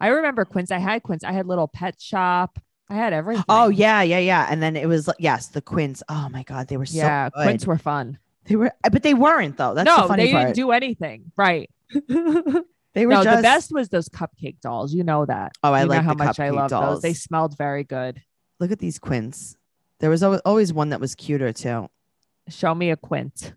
I remember Quince. I had Quince. I had little pet shop. I had everything.
Oh yeah, yeah, yeah. And then it was like, yes, the Quince. Oh my God, they were so
yeah.
good.
Quince were fun.
They were, uh, but they weren't though. That's
no,
the funny
they
part.
didn't do anything. Right.
they were
no,
just
the best was those cupcake dolls. You know that.
Oh, I
you
like
know how
the
much I
cupcake
love
dolls.
those. They smelled very good.
Look at these Quince. There was al- always one that was cuter too.
Show me a quint.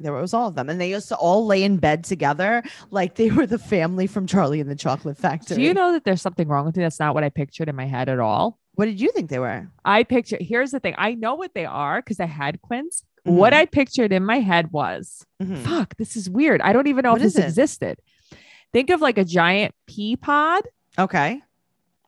There was all of them, and they used to all lay in bed together, like they were the family from Charlie and the Chocolate Factory.
Do you know that there's something wrong with me? That's not what I pictured in my head at all.
what did you think they were?
I picture here's the thing. I know what they are because I had quins.
Mhm.
What I pictured in my head was
Mhm.
fuck, this is weird. I don't even know
What
if
is
this
it?
existed. Think of like a giant pea pod,
Okay,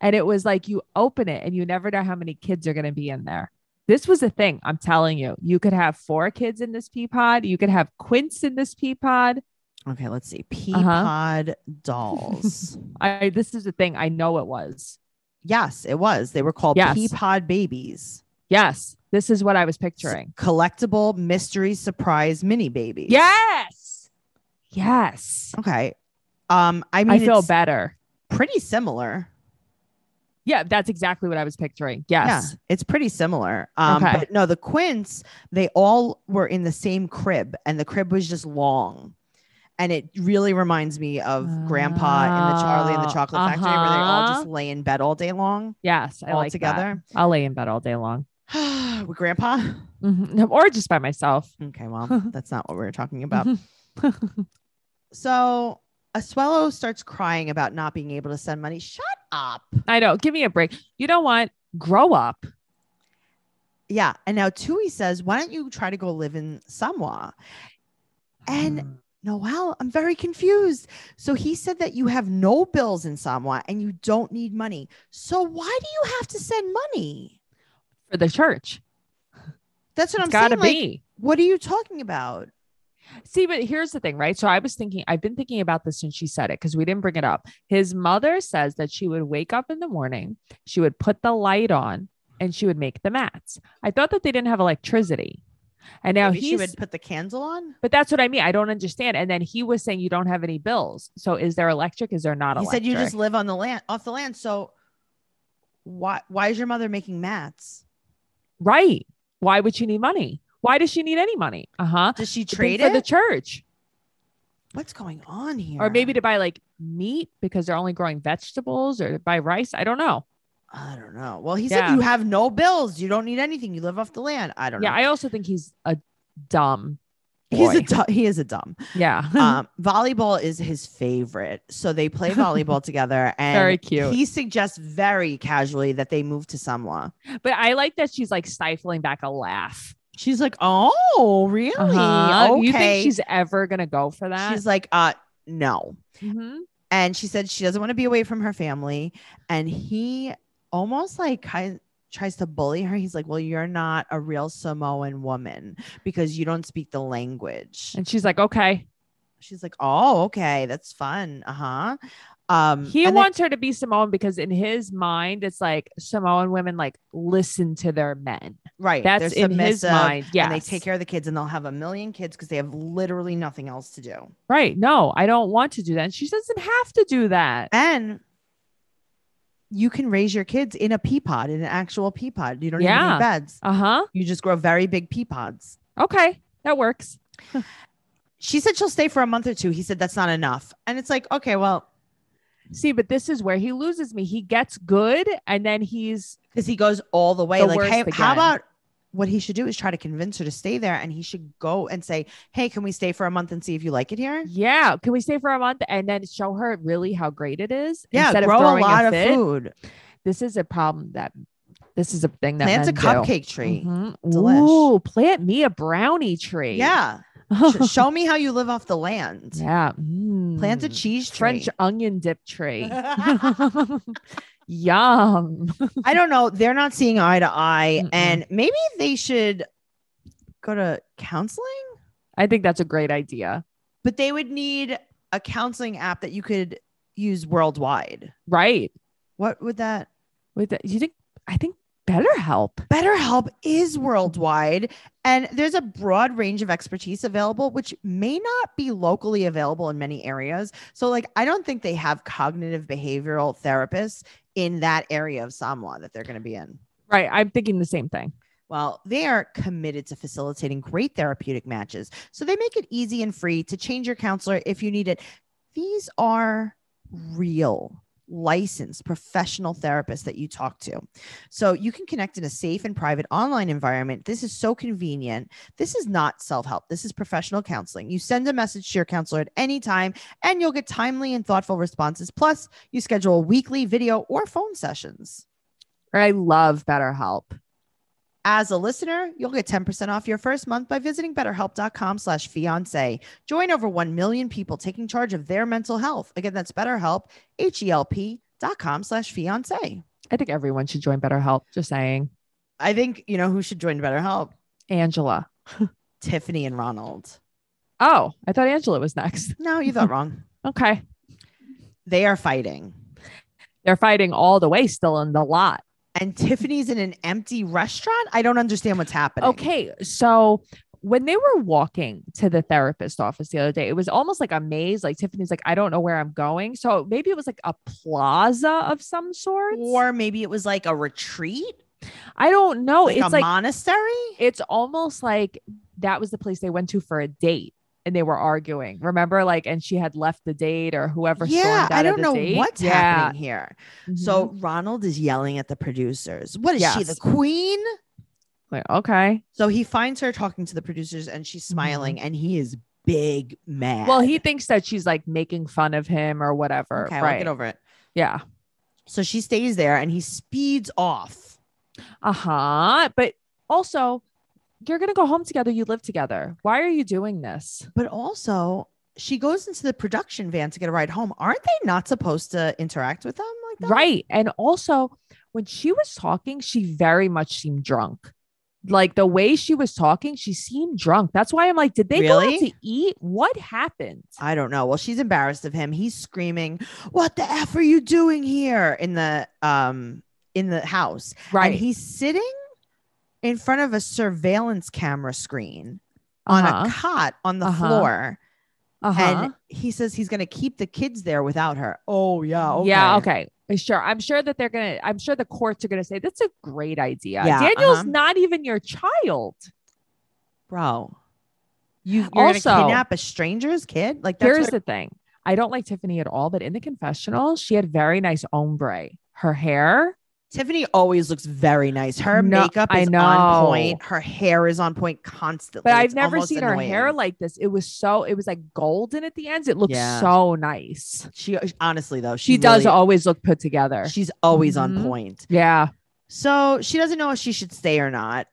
and it was like you open it and you never know how many kids are going to be in there. This was a thing, I'm telling you. You could have four kids in this pea pod. You could have quints in this pea pod.
okay. Let's see. Peapod
Uh-huh.
dolls.
I this is the thing. I know it was.
yes, it was. They were called
Yes.
Peapod babies.
Yes, this is what I was
S-
picturing.
Collectible mystery surprise mini babies.
Yes, yes.
Okay. Um, I mean,
I feel
it's
better.
pretty similar.
Yeah, that's exactly what I was picturing. Yes.
Yeah, it's pretty similar. Um,
Okay.
But no, the Quints, they all were in the same crib, and the crib was just long. And it really reminds me of Grandpa in the Charlie and the
Oh,
Chocolate Factory, where they all just
uh-huh.
lay in bed all day long,
Yes, I
all
like together.
together
I'll lay in bed all day long,
with Grandpa.
Mhm. or just by myself.
Okay, well, that's not what we were talking about. So Asuelo starts crying about not being able to send money. Shut up.
I know. Give me a break. You know what? Grow up.
Yeah. And now Tui says, why don't you try to go live in Samoa? And Noel, I'm very confused. So he said that you have no bills in Samoa and you don't need money. So why do you have to send money?
for the church,
That's what
it's
I'm
got to
saying. Like,
be.
what are you talking about?
See, but here's the thing, right? So I was thinking, I've been thinking about this since she said it because we didn't bring it up. His mother says that she would wake up in the morning, she would put the light on, and she would make the mats. I thought that they didn't have electricity, and now
Maybe
he's.
she would put the candle on.
But that's what I mean. I don't understand. And then he was saying you don't have any bills. So is there electric? Is there not
He
electric?
said you just live on the land, off the land. So why why is your mother making mats?
right. Why would she need money? Why does she need any money? Uh huh.
Does she trade
for
it?
the church,
What's going on here?
or maybe to buy like meat because they're only growing vegetables, or to buy rice. I don't know.
I don't know. Well, he
Yeah.
said you have no bills. You don't need anything. You live off the land. I don't
Yeah,
know.
I also think he's a dumb.
He's a
boy.
du- he is a dumb.
yeah.
um, volleyball is his favorite. So they play volleyball together. And
Very cute.
He suggests very casually that they move to Samoa.
but I like that she's like stifling back a laugh.
She's like, oh, really?
Uh-huh.
Okay.
You think she's ever gonna go for that?
She's mm-hmm. like, uh, no.
Mhm.
And she said she doesn't want to be away from her family. And he almost like kind tries to bully her. He's like, well, you're not a real Samoan woman because you don't speak the language.
And she's like, okay.
She's like, oh, okay, that's fun. Uh huh. Um,
He
and then-
wants her to be Samoan because in his mind, it's like Samoan women like listen to their men.
right.
That's
they're
in his
submissive.
mind. Yeah.
and they take care of the kids and they'll have a million kids because they have literally nothing else to do.
Right. No, I don't want to do that. And she doesn't have to do that.
And you can raise your kids in a pea pod, in an actual pea pod. You don't even
Yeah.
need beds.
Uh huh.
You just grow very big pea pods.
Okay. That works.
She said she'll stay for a month or two. He said that's not enough. And it's like, okay, well,
See, but this is where he loses me. He gets good and then he's
because he goes all the way.
The
like,
worst
hey,
again.
how about what he should do is try to convince her to stay there and he should go and say, hey, can we stay for a month and see if you like it here?
Yeah. Can we stay for a month and then show her really how great it is?
Yeah,
Instead
grow
of
a
throwing
lot
fit?
of food.
This is a problem that this is a thing that
Plant a
men
cupcake
do.
tree.
Mhm.
Delish.
Ooh, plant me a brownie tree.
Yeah. Sh- show me how you live off the land.
yeah.
Plant a
Mm.
cheese tree.
French onion dip tree. Yum.
I don't know. They're not seeing eye to eye,
Mm-mm.
and maybe they should go to counseling.
I think that's a great idea.
But they would need a counseling app that you could use worldwide.
Right.
What would that?
With the, you think I think better help.
BetterHelp is worldwide, and there's a broad range of expertise available, which may not be locally available in many areas. So, like, I don't think they have cognitive behavioral therapists in that area of Samoa that they're going to be in.
Right. I'm thinking the same thing.
Well, they are committed to facilitating great therapeutic matches, so they make it easy and free to change your counselor if you need it. These are real licensed professional therapist that you talk to. So you can connect in a safe and private online environment. This is so convenient. This is not self help, this is professional counseling. You send a message to your counselor at any time, and you'll get timely and thoughtful responses. Plus, you schedule weekly video or phone sessions.
I love BetterHelp.
As a listener, you'll get 10% off your first month by visiting betterhelp.com slash fiance. Join over 1 million people taking charge of their mental health. Again, that's betterhelp, H-E-L-P dot com slash fiance.
I think everyone should join BetterHelp. Just saying.
I think, you know, who should join BetterHelp?
Angela.
Tiffany and Ronald.
Oh, I thought Angela was next.
No, you thought wrong.
Okay.
They are fighting.
They're fighting all the way still in the lot.
And Tiffany's in an empty restaurant. I don't understand what's happening.
Okay. So when they were walking to the therapist office the other day, it was almost like a maze. Like Tiffany's like, I don't know where I'm going. So maybe it was like a plaza of some sort.
Or maybe it was like a retreat,
I don't know.
like
Oh, it's
a
like
monastery.
it's almost like that was the place they went to for a date and they were arguing. Remember, like, and she had left the date or whoever.
Yeah,
stormed out
I
of
don't
the
know
date.
what's
Yeah.
happening here.
Mhm.
So Ronald is yelling at the producers. What is she, the
Yes.
queen?
like, okay.
So he finds her talking to the producers and she's smiling and he is big mad.
Mm-hmm. Well, he thinks that she's like making fun of him or whatever.
okay, I'll
right.
get over it.
yeah.
So she stays there and he speeds off.
Uh huh. But also, you're gonna go home together. You live together. Why are you doing this?
But also, she goes into the production van to get a ride home. Aren't they not supposed to interact with them like that?
Right. And also, when she was talking, she very much seemed drunk. Like the way she was talking, she seemed drunk. That's why I'm like, did they go
Really?
out to eat? What happened?
I don't know. Well, she's embarrassed of him. He's screaming, "What the f are you doing here?" in the um in the house.
Right.
And he's sitting in front of a surveillance camera screen on a cot on the
Uh-huh.
floor.
uh-huh.
And he says he's going to keep the kids there without her. Oh, yeah. Okay.
Yeah. Okay. Sure. I'm sure that they're gonna. I'm sure the courts are gonna say that's a great idea.
Yeah,
Daniel's
uh-huh.
not even your child.
Bro, you, you're going to
Also-
kidnap a stranger's kid? Like, that's
Here's
what-
the thing. I don't like Tiffany at all, but in the confessional, she had very nice ombre. Her hair,
Tiffany always looks very nice. Her
No,
makeup
I
is on point.
know.
Her hair is on point constantly.
but I've
It's
never
almost
seen her hair
annoying.
like this. It was so, it was like golden at the ends. It looked
Yeah.
so nice.
She honestly, though, she,
She, does
really-
always look put together.
she's always on
Mhm.
point.
yeah.
So she doesn't know if she should stay or not.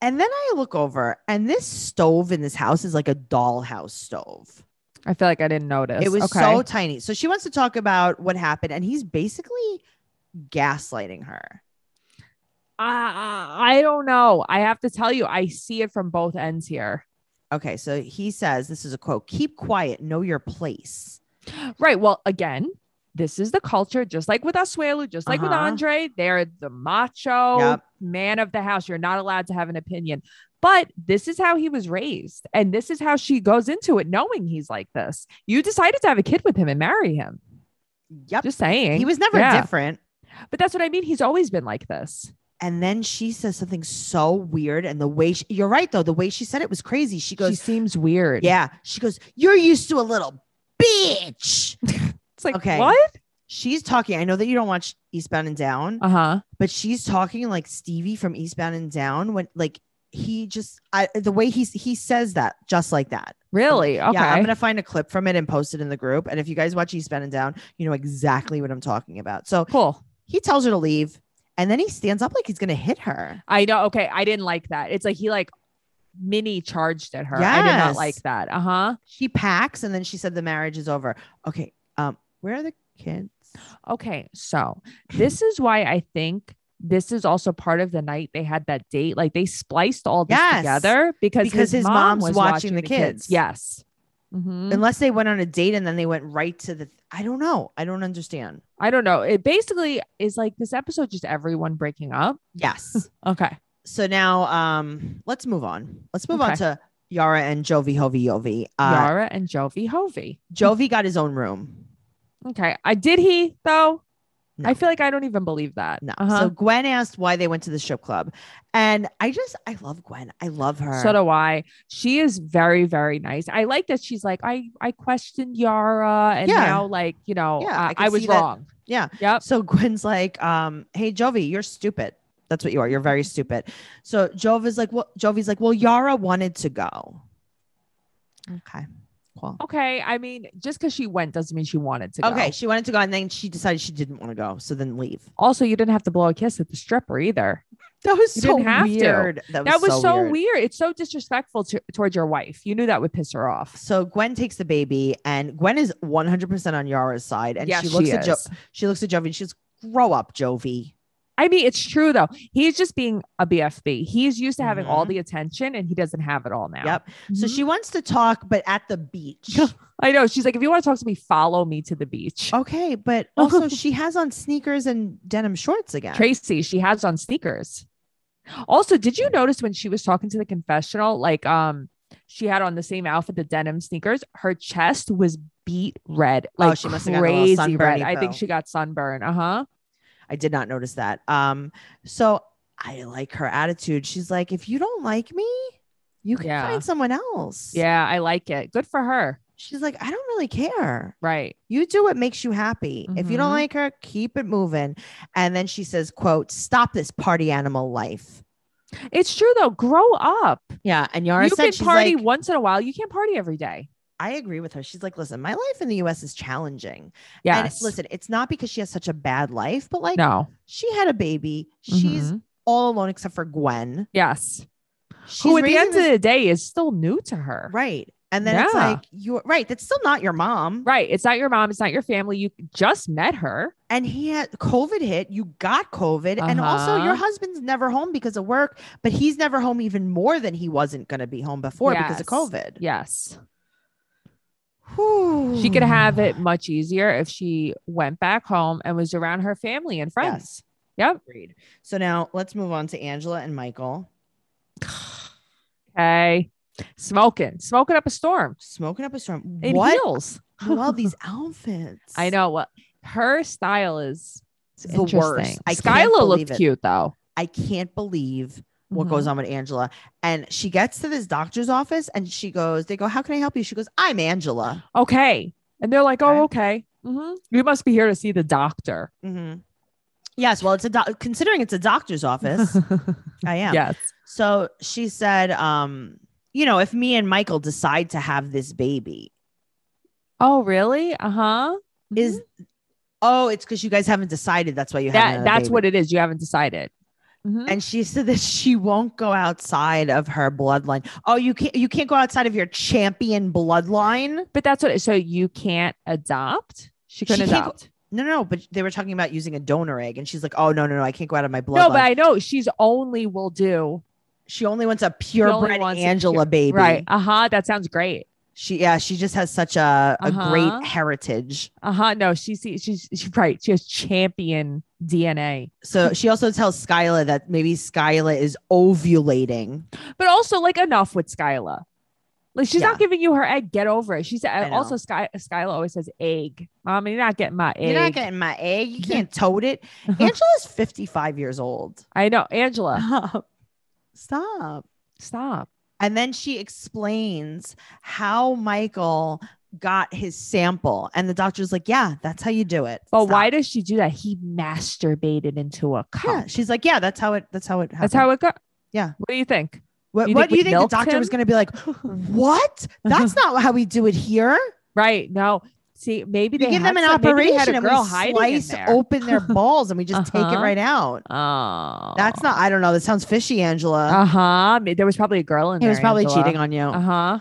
And then I look over, and this stove in this house is like a dollhouse stove.
I feel like I didn't notice.
It was
okay.
so tiny. So she wants to talk about what happened, and he's basically gaslighting her.
I, I I don't know. I have to tell you, I see it from both ends here.
Okay, so he says, This is a quote keep quiet, know your place.
Right. Well, again, this is the culture, just like with Asuelu, just like with
Uh-huh.
Andre, they're the macho
Yep.
man of the house. You're not allowed to have an opinion. But this is how he was raised. And this is how she goes into it, knowing he's like this. You decided to have a kid with him and marry him.
Yep.
Just saying.
he was never
Yeah.
different.
But that's what I mean. He's always been like this.
And then she says something so weird. And the way she, you're right, though, the way she said it was crazy. She
she
goes,
seems weird.
Yeah. She goes, You're used to a little bitch.
It's like,
Okay.
what?
she's talking. I know that you don't watch Eastbound and Down,
Uh huh.
but she's talking like Stevie from Eastbound and Down when like he just I the way he he says that just like that.
Really? Okay.
Yeah, I'm gonna find a clip from it and post it in the group. And if you guys watch Eastbound and Down, you know exactly what I'm talking about. So
cool.
he tells her to leave, and then he stands up like he's gonna hit her.
I know. Okay. I didn't like that. It's like he like mini charged at her. I did not
Yes.
like that. Uh huh.
She packs, and then she said the marriage is over. Okay, um, where are the kids?
Okay, so this is why I think this is also part of the night they had that date. Like they spliced all this
Yes,
together because,
because his
his, mom
mom's
was
watching
watching,
the
the kids.
kids.
Yes. Mhm.
Unless they went on a date and then they went right to the. I don't know. I don't understand.
I don't know. It basically is like this episode just everyone breaking up.
Yes.
Okay.
so now um let's move on let's move on
Okay.
to yara and jovi hovi yovi uh
Yara and Jovi Hovey.
jovi got his own room
Okay. I did he though?
No.
I feel like I don't even believe that.
no so
Uh-huh.
gwen asked why they went to the strip club and i just i love gwen i love her
So do I. She is very, very nice. I like that she's like, I I questioned Yara and
Yeah.
now like, you know,
Yeah,
uh,
I
I,
can see
was
that-
wrong.
Yeah.
Yep.
So Gwen's like, um, hey Jovi, you're stupid. That's what you are. You're very stupid. So Jovi's like, well, Jovi's like, well, Yara wanted to go. Okay. Cool.
Okay. I mean, just because she went doesn't mean she wanted to.
Okay.
go.
She wanted to go and then she decided she didn't want to go. So then leave.
Also, you didn't have to blow a kiss at the stripper either.
That was
You
so
didn't have to.
weird.
that was so,
weird.
weird. It's so disrespectful to, towards your wife. You knew that would piss her off.
So Gwen takes the baby, and Gwen is 100% on Yara's side, and
Yes,
she looks at jo-
is.
she looks at Jovi, and she's grow up, Jovi.
I mean, it's true though. He's just being a BFB. He's used to having all
Mhm.
the attention, and he doesn't have it all now.
Yep. So
Mhm.
she wants to talk, but at the beach.
I know. She's like, if you want to talk to me, follow me to the beach.
okay, but also she has on sneakers and denim shorts again.
Tracy, she has on sneakers. Also, did you notice when she was talking to the confessional, like um, she had on the same outfit, the denim sneakers. Her chest was beat red,
Oh,
like
she must have gotten a little
crazy
sunburny
red. I think
poo.
she got sunburn. Uh huh.
I did not notice that. Um, so I like her attitude. She's like, if you don't like me, you can
Yeah.
find someone else.
Yeah, I like it. Good for her.
She's like, I don't really care.
Right.
you do what makes you happy if you don't
Mhm.
like her keep it moving and then she says quote stop this party animal life
It's true though. Grow up.
yeah and yara
you
said she's
can party
like
once in a while. You can't party every day.
i agree with her she's like listen my life in the us is challenging
Yes.
and listen it's not because she has such a bad life but like
no.
she had a baby she's
Mhm.
all alone except for gwen
yes.
she's
Who at the
raising
end
this-
of the day is still new to her.
right and then it's
Yeah.
like you're right that's still not your mom
Right. It's not your mom. It's not your family. You just met her.
and he had covid hit you got covid and also your
Uh-huh.
husband's never home because of work but he's never home even more than he wasn't going to be home before because of
Yes.
covid
Yes.
Whew.
She could have it much easier if she went back home and was around her family and friends. Yep.
Agreed. so now let's move on to angela and michael
Okay. Smoking, smoking up a storm.
smoking up a storm
In
what
heels.
well these outfits
I know. Well, her style is it's
The worst.
interesting.
I can't
Skyla
believe
looked
it.
cute though.
i can't believe what
Mm-hmm.
goes on with angela and she gets to this doctor's office and she goes they go how can i help you she goes i'm angela
on? Okay. And they're like, oh, okay. hmm You must be here to see the doctor.
Mhm. yes well it's a doc considering it's a doctor's office i am
Yes.
So she said, um, you know, if me and Michael decide to have this baby,
Oh, really? Uh huh.
is oh, it's because you guys haven't decided. That's why you
that
have
that's what it is. You haven't decided. Mhm.
And she said that she won't go outside of her bloodline. Oh, you can't you can't go outside of your champion bloodline.
But that's what. it- So you can't adopt. She couldn't
She can't go-
adopt.
No, no, but they were talking about using a donor egg, and she's like, oh no, no, no, I can't go out of my bloodline.
no, but I know she's only will do.
she only wants a
only
purebred
wants a
Angela
pure-
baby.
Right. Uh huh. That sounds great.
She yeah, she just has such a, a
Uh-huh.
great heritage.
Uh huh. No, she see she's she, right. She has champion DNA.
So she also tells Skyla that maybe Skyla is ovulating.
But also, like, enough with Skyla. Like, she's
Yeah.
not giving you her egg. Get over it. She said.
I know.
Also, Sky Skyla always says egg. Mom, you're not getting my egg.
You're not getting my egg. You
Yeah.
can't tote it. Angela's 55 years old.
I know, Angela.
Stop.
Stop.
And then she explains how Michael got his sample. And the doctor's like, Yeah, that's how you do it.
But
Stop.
why does she do that? He masturbated into a cup.
Yeah. She's like, Yeah, that's how it that's how it happened.
That's how it got.
Yeah.
What do you think?
what,
you
what
think
do
we
you think the
milked
doctor
him?
was gonna be like? What? That's not how we do it here.
Right. No. See, maybe
We
they
give them
had
an
some- maybe they had
operation
a
and
girl
we
hiding
slice
in there.
open their balls and we just take it
Uh-huh.
right out.
Oh.
That's not. I don't know. That sounds fishy, Angela.
Uh huh. There was probably a girl in
he
there.
was probably cheating on you.
Uh huh.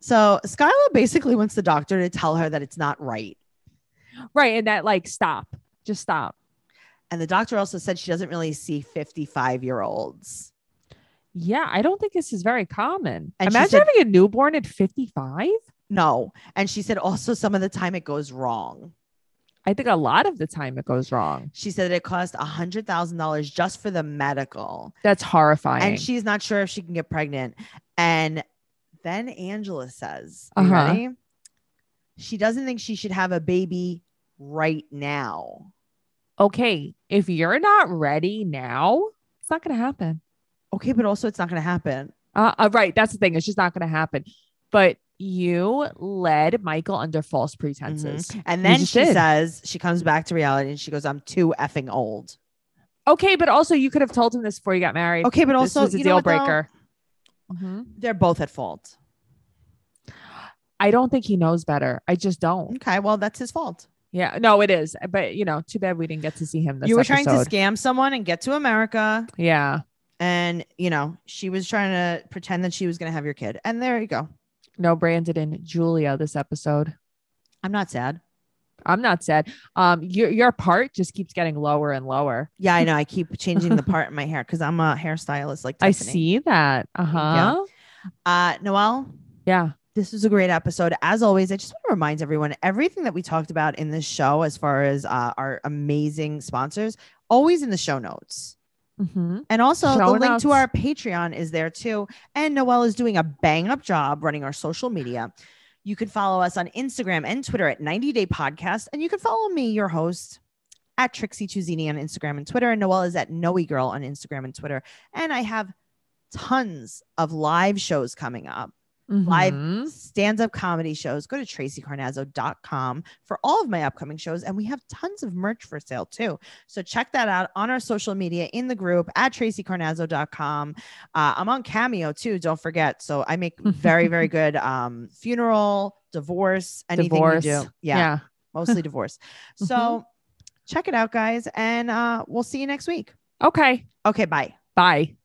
So Skyla basically wants the doctor to tell her that it's not right.
Right. And that, like, stop. Just stop.
And the doctor also said she doesn't really see 55 year olds.
Yeah. I don't think this is very common.
And she
Imagine
said-
having a newborn at 55.
No. And she said also some of the time it goes wrong.
I think a lot of the time it goes wrong.
She said that it cost $100,000 just for the medical.
That's horrifying.
And she's not sure if she can get pregnant. And then Angela says, you
Uh-huh.
ready? She doesn't think she should have a baby right now.
okay. If you're not ready now, it's not going to happen.
Okay, but also it's not going to happen.
Uh, uh, right. That's the thing. It's just not going to happen. But you led Michael under false pretenses.
And then
just
she
did.
says she comes back to reality and she goes, "I'm too effing old."
Okay, but also you could have told him this before you got married.
Okay, but
this
also
was a
you know
deal
what, though?
breaker. Mhm.
They're both at fault.
I don't think he knows better. I just don't.
Okay, well that's his fault.
Yeah, no, it is. But you know, too bad we didn't get to see him. This
you were trying
episode.
to scam someone and get to America,
Yeah.
and you know she was trying to pretend that she was going to have your kid. And there you go.
No, Brandon and Julia. This episode.
I'm not sad.
I'm not sad. Um, your your part just keeps getting lower and lower.
Yeah, I know. I keep changing the part in my hair because I'm a hairstylist. Like
I
Tiffany.
see that. Uh huh.
Uh, Noelle,
Yeah.
this was a great episode. As always, I just want to remind everyone everything that we talked about in this show, as far as uh, our amazing sponsors, always in the show notes.
hmm
And also,
Show
the link
notes.
to our Patreon is there too. And Noelle is doing a bang up job running our social media. You can follow us on Instagram and Twitter at 90 Day Podcast. And you can follow me, your host, at Trixie Tuzini on Instagram and Twitter. And Noelle is at Noe Girl on Instagram and Twitter. And I have tons of live shows coming up Live-
Mhm.
stand up comedy shows, go to tracycarnazzo.com for all of my upcoming shows. And we have tons of merch for sale too. So check that out on our social media in the group at tracycarnazzo.com. Uh, I'm on Cameo too. Don't forget. So I make very, very good um, funeral, divorce, anything
Divorce.
you do. Yeah,
yeah.
mostly divorce. So check it out, guys. And uh, we'll see you next week.
Okay.
Okay. Bye.
Bye.